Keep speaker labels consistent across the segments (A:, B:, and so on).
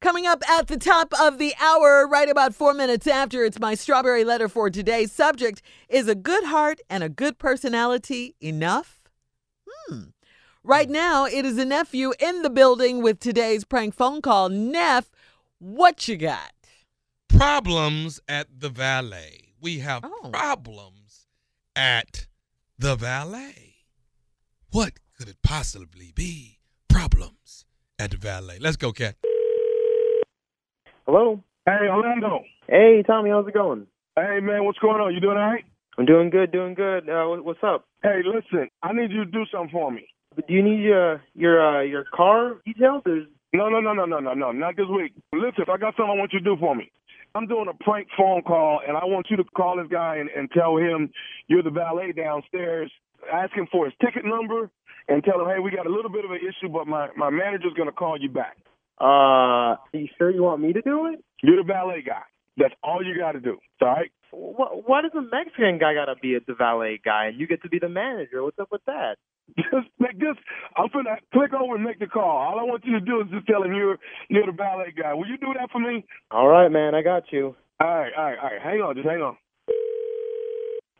A: Coming up at the top of the hour, right about four minutes after, it's my strawberry letter for today. Subject is a good heart and a good personality enough? Hmm. Right now, it is a nephew in the building with today's prank phone call. Neff, what you got?
B: problems at the valet. We have
A: Oh.
B: problems at the valet. What could it possibly be? Problems at the valet. Let's go, Cat.
C: Hello.
D: Hey, Orlando.
C: Hey, Tommy, how's it going?
D: Hey, man, what's going on? You doing all right?
C: I'm doing good, doing good. Uh, what, what's up?
D: Hey, listen, I need you to do something for me.
C: Do you need your your uh, your car details? There's
D: No, no, no, no, no, no, no, not this week. Listen, I got something I want you to do for me. I'm doing a prank phone call, and I want you to call this guy and, and tell him you're the valet downstairs. Ask him for his ticket number and tell him, hey, we got a little bit of an issue, but my, my manager's going to call you back.
C: uh, are you sure you want me to do it?
D: You're the valet guy. That's all you got to do. All right?
C: Wh- why does a Mexican guy gotta be the valet guy and you get to be the manager? What's up with that?
D: Just make this. I'm finna click over and make the call. All I want you to do is just tell him you're you're the valet guy. Will you do that for me?
C: All right, man, I got you.
D: All right, all right, all right. Hang on, just hang on.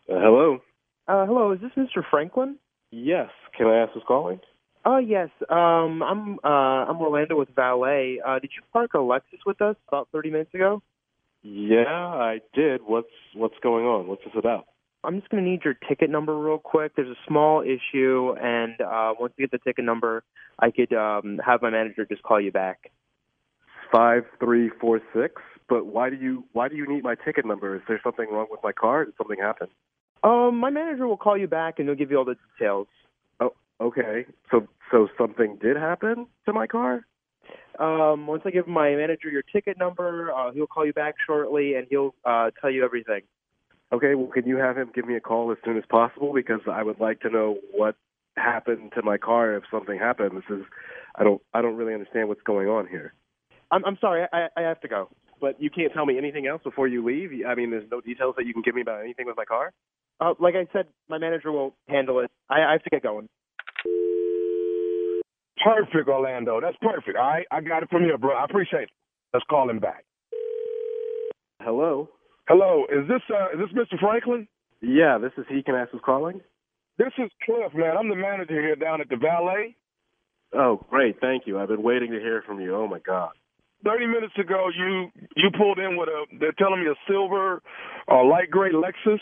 E: Uh, hello.
C: Uh, hello, is this Mr. Franklin?
E: Yes. Can I ask who's calling?
C: Oh yes, um, I'm uh, I'm Orlando with Valet. Uh, did you park a Lexus with us about 30 minutes ago?
E: Yeah, I did. What's What's going on? What's this about?
C: I'm just going to need your ticket number real quick. There's a small issue, and uh, once you get the ticket number, I could um, have my manager just call you back.
E: Five three four six. But why do you Why do you need my ticket number? Is there something wrong with my car? Did something happen?
C: Um, my manager will call you back, and they'll give you all the details.
E: Oh, okay. So so something did happen to my car.
C: Um, once I give my manager your ticket number, uh, he'll call you back shortly, and he'll uh, tell you everything.
E: Okay. Well, can you have him give me a call as soon as possible because I would like to know what happened to my car if something happened. This is I don't I don't really understand what's going on here.
C: I'm, I'm sorry, I, I have to go.
E: But you can't tell me anything else before you leave. I mean, there's no details that you can give me about anything with my car.
C: Uh, like I said, my manager will handle it. I, I have to get going.
D: Perfect, Orlando. That's perfect. All right, I got it from here, bro. I appreciate it. Let's call him back.
E: Hello.
D: Hello, is this uh, is this Mr. Franklin?
E: Yeah, this is he. Can I ask who's calling?
D: This is Cliff, man. I'm the manager here down at the valet.
E: Oh, great. Thank you. I've been waiting to hear from you. Oh my God.
D: Thirty minutes ago, you you pulled in with a. They're telling me a silver, uh, light gray Lexus.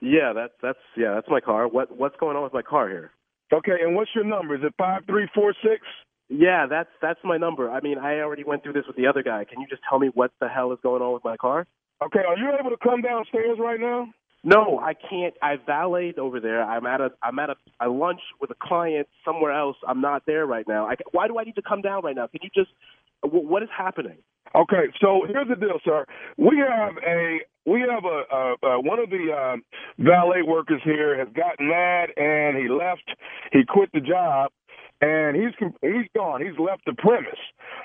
E: Yeah, that's that's yeah, that's my car. What what's going on with my car here?
D: Okay, and what's your number? Is it five three four six?
E: Yeah, that's that's my number. I mean, I already went through this with the other guy. Can you just tell me what the hell is going on with my car?
D: Okay, are you able to come downstairs right now?
E: No, I can't. I valeted over there. I'm at a I'm at a, a lunch with a client somewhere else. I'm not there right now. I, ca- why do I need to come down right now? Can you just wh- what is happening?
D: Okay, so here's the deal, sir. We have a we have a, a, a one of the um, valet workers here has gotten mad and he left. He quit the job, and he's com- he's gone. He's left the premise.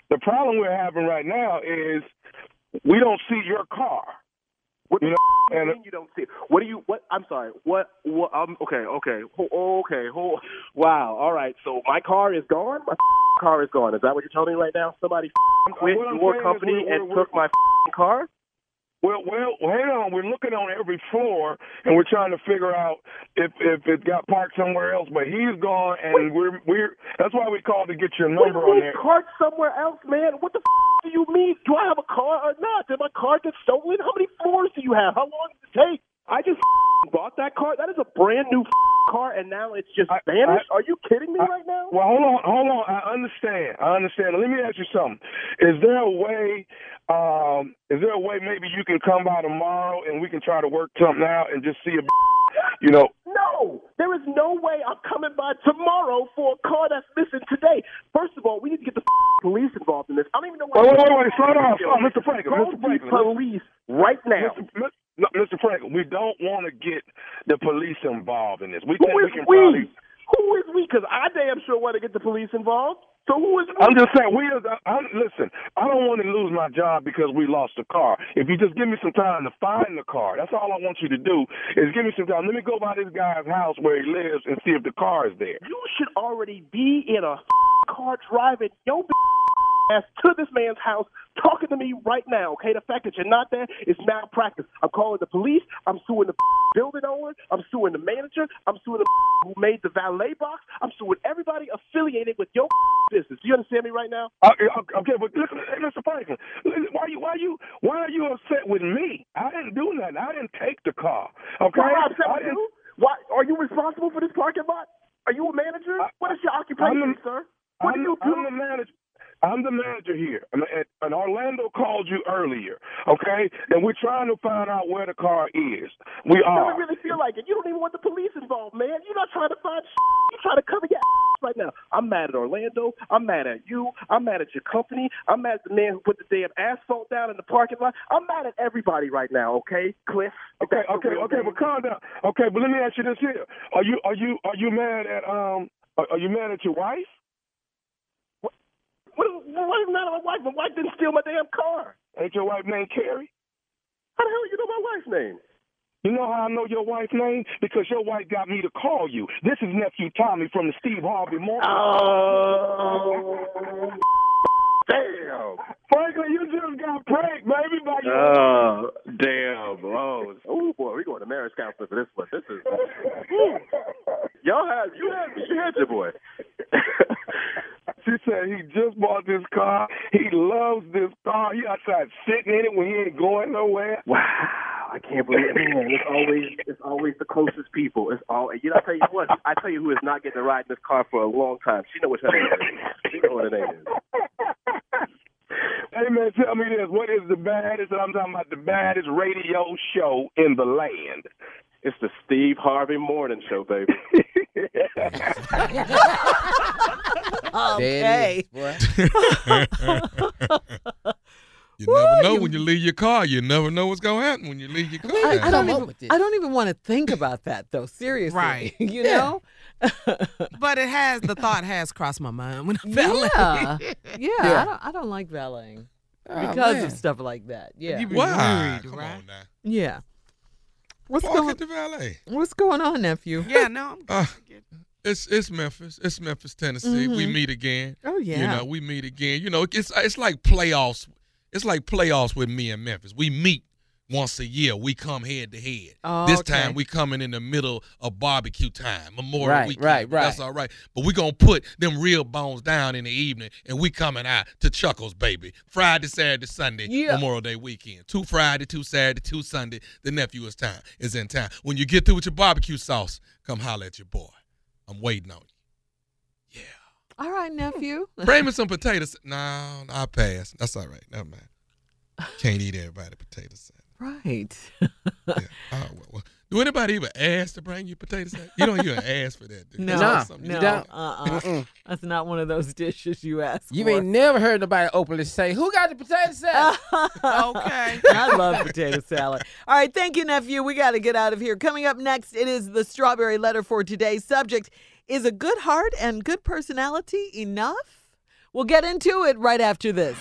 D: The problem we're having right now is we don't see your car.
E: What
D: You know,
E: the
D: and-
E: and you don't see? it? What do you? What? I'm sorry. What? What? Um. Okay. Okay. Oh, okay. Oh, wow. All right. So my car is gone. My car is gone. Is that what you're telling me right now? Somebody quit
D: What I'm saying
E: your
D: is
E: company
D: we're-
E: and
D: we're-
E: took my car.
D: Well, well, hang on. We're looking on every floor, and we're trying to figure out if if it got parked somewhere else. But he's gone, and we're we're. That's why we called to get your
E: What
D: number
E: do
D: on
E: you mean
D: there.
E: parked somewhere else, man? What the f- do you mean? Do I have a car or not? Did my car get stolen? How many floors do you have? How long does it take? I just f- bought that car. That is a brand new f- car, and now it's just
D: I-
E: vanished. Are you kidding me
D: I-
E: right now?
D: Well, hold on, hold on. I understand. I understand. Let me ask you something. Is there a way? Um, is there a way maybe you can come by tomorrow and we can try to work something out and just see if you know?
E: No, there is no way I'm coming by tomorrow for a car that's missing today. First of all, we need to get the f- police involved in this. I don't even know
D: Wait,
E: what.
D: wait, wait, wait. Slow down, slow down. Mr. Franklin.
E: Call
D: Mr.
E: the
D: Franklin.
E: police right now.
D: Mr. Mr. No, Mr. Franklin, we don't want to get the police involved in this. We think
E: Who
D: we
E: is
D: can
E: we?
D: probably.
E: Who is we? Because I damn sure want to get the police involved. So who is we?
D: I'm just saying, we. As, I, I'm, listen, I don't want to lose my job because we lost the car. If you just give me some time to find the car, that's all I want you to do is give me some time. Let me go by this guy's house where he lives and see if the car is there.
E: you should already be in a car driving your ass to this man's house talking to me right now, okay? The fact that you're not there is malpractice. I'm calling the police. I'm suing the building owner. I'm suing the manager. I'm suing the who made the valet box. I'm suing everybody affiliated with your business. Do you understand me right now?
D: I, I, okay, but listen, hey, Mr. Franklin, listen, why you why you why are you upset with me? I didn't do nothing. I didn't take the car. Okay,
E: Why am I upset
D: I
E: with
D: didn't-
E: you? Why are you responsible for this parking lot? Are you a manager?
D: I-
E: what is your occupation,
D: I'm a-
E: sir? What
D: I'm,
E: do you do?
D: I'm the manager. I'm the manager here, and, and- and Orlando called you earlier, okay? And we're trying to find out where the car is. We
E: It
D: are.
E: doesn't really feel like it. You don't even want the police involved, man. You're not trying to find shit. You're trying to cover your ass right now. I'm mad at Orlando. I'm mad at you. I'm mad at your company. I'm mad at the man who put the damn asphalt down in the parking lot. I'm mad at everybody right now, okay, Cliff? if
D: Okay,
E: that's your
D: okay,
E: real
D: okay,
E: name.
D: but calm down. Okay, but let me ask you this here: Are you are you are you mad at um are, are you mad at your wife?
E: What, what is mad at my wife? My wife didn't steal my damn car.
D: Ain't your wife named Carrie?
E: How the hell you know my wife's name?
D: You know how I know your wife's name? Because your wife got me to call you. This is nephew Tommy from the Steve Harvey Morning.
E: Oh, damn.
D: Franklin, you just got pranked, baby, by your
E: Oh, damn. Oh, oh boy, we going to marriage counseling for this one. This is y'all have you had you had your boy.
D: She said he just bought this car. He loves this car. He outside sitting in it when he ain't going nowhere.
E: wow, I can't believe it. Man, it's always it's always the closest people. It's all you know. I tell you what, I tell you who is not getting to ride in this car for a long time. She know what her name is. She know what her name is.
D: Hey man, tell me this. What is the baddest? I'm talking about the baddest radio show in the land.
E: It's the Steve Harvey Morning Show, baby.
A: Okay.
F: There it is, boy.
B: You never know
A: you-
B: when you leave your car. You never know what's gonna happen when you leave your car.
A: I, I don't
F: Come up
A: even,
F: with this.
A: I don't even want to think about that though. Seriously,
G: Right.
A: You
F: Yeah.
A: know,
G: But it has the thought has crossed my mind when I fell
A: yeah, yeah.
F: Yeah.
A: I don't, I don't like valeting
F: Oh,
A: because
F: man.
A: of stuff like that. Yeah,
G: You be
B: Why?
G: worried,
B: Come
G: right?
B: on now.
A: yeah. What's
B: Park
A: going
B: at the valet.
A: What's going on, nephew?
G: Yeah, no. I'm
B: Uh,
G: good.
B: It's it's Memphis. It's Memphis, Tennessee. We
G: Mm-hmm.
B: meet again.
A: Oh yeah.
B: You know, we meet again. You know, it's it's like playoffs. It's like playoffs with me and Memphis. We meet once a year. We come head to head.
A: Oh,
B: this
A: okay.
B: time we coming in the middle of barbecue time, Memorial
F: Right,
B: Weekend.
F: right,
B: but That's
F: right.
B: all right. But we gonna put them real bones down in the evening, and we coming out to Chuckles, baby. Friday, Saturday, Sunday,
A: Yeah.
B: Memorial Day weekend. Two Friday, two Saturday, two Sunday. The nephew is time is in town. When you get through with your barbecue sauce, come holler at your boy. I'm waiting on you.
A: All right, nephew.
B: Bring me some potatoes. No, no, I pass. That's all right. Never mind. Can't eat everybody potato salad.
A: right.
B: Yeah. Oh, well, well. Do anybody even ask to bring you potato salad? You don't even ask for that. do you?
A: No,
B: That's
A: no,
B: something you
A: no.
B: don't-
A: Uh, uh
F: Mm-mm.
A: That's not one of those dishes you asked
F: You
A: for.
F: ain't never heard nobody openly say, "Who got the potato salad?"
G: Okay.
A: I love potato salad. All right, thank you, nephew. We got to get out of here. Coming up next, it is the strawberry letter for today's subject. Is a good heart and good personality enough? We'll get into it right after this.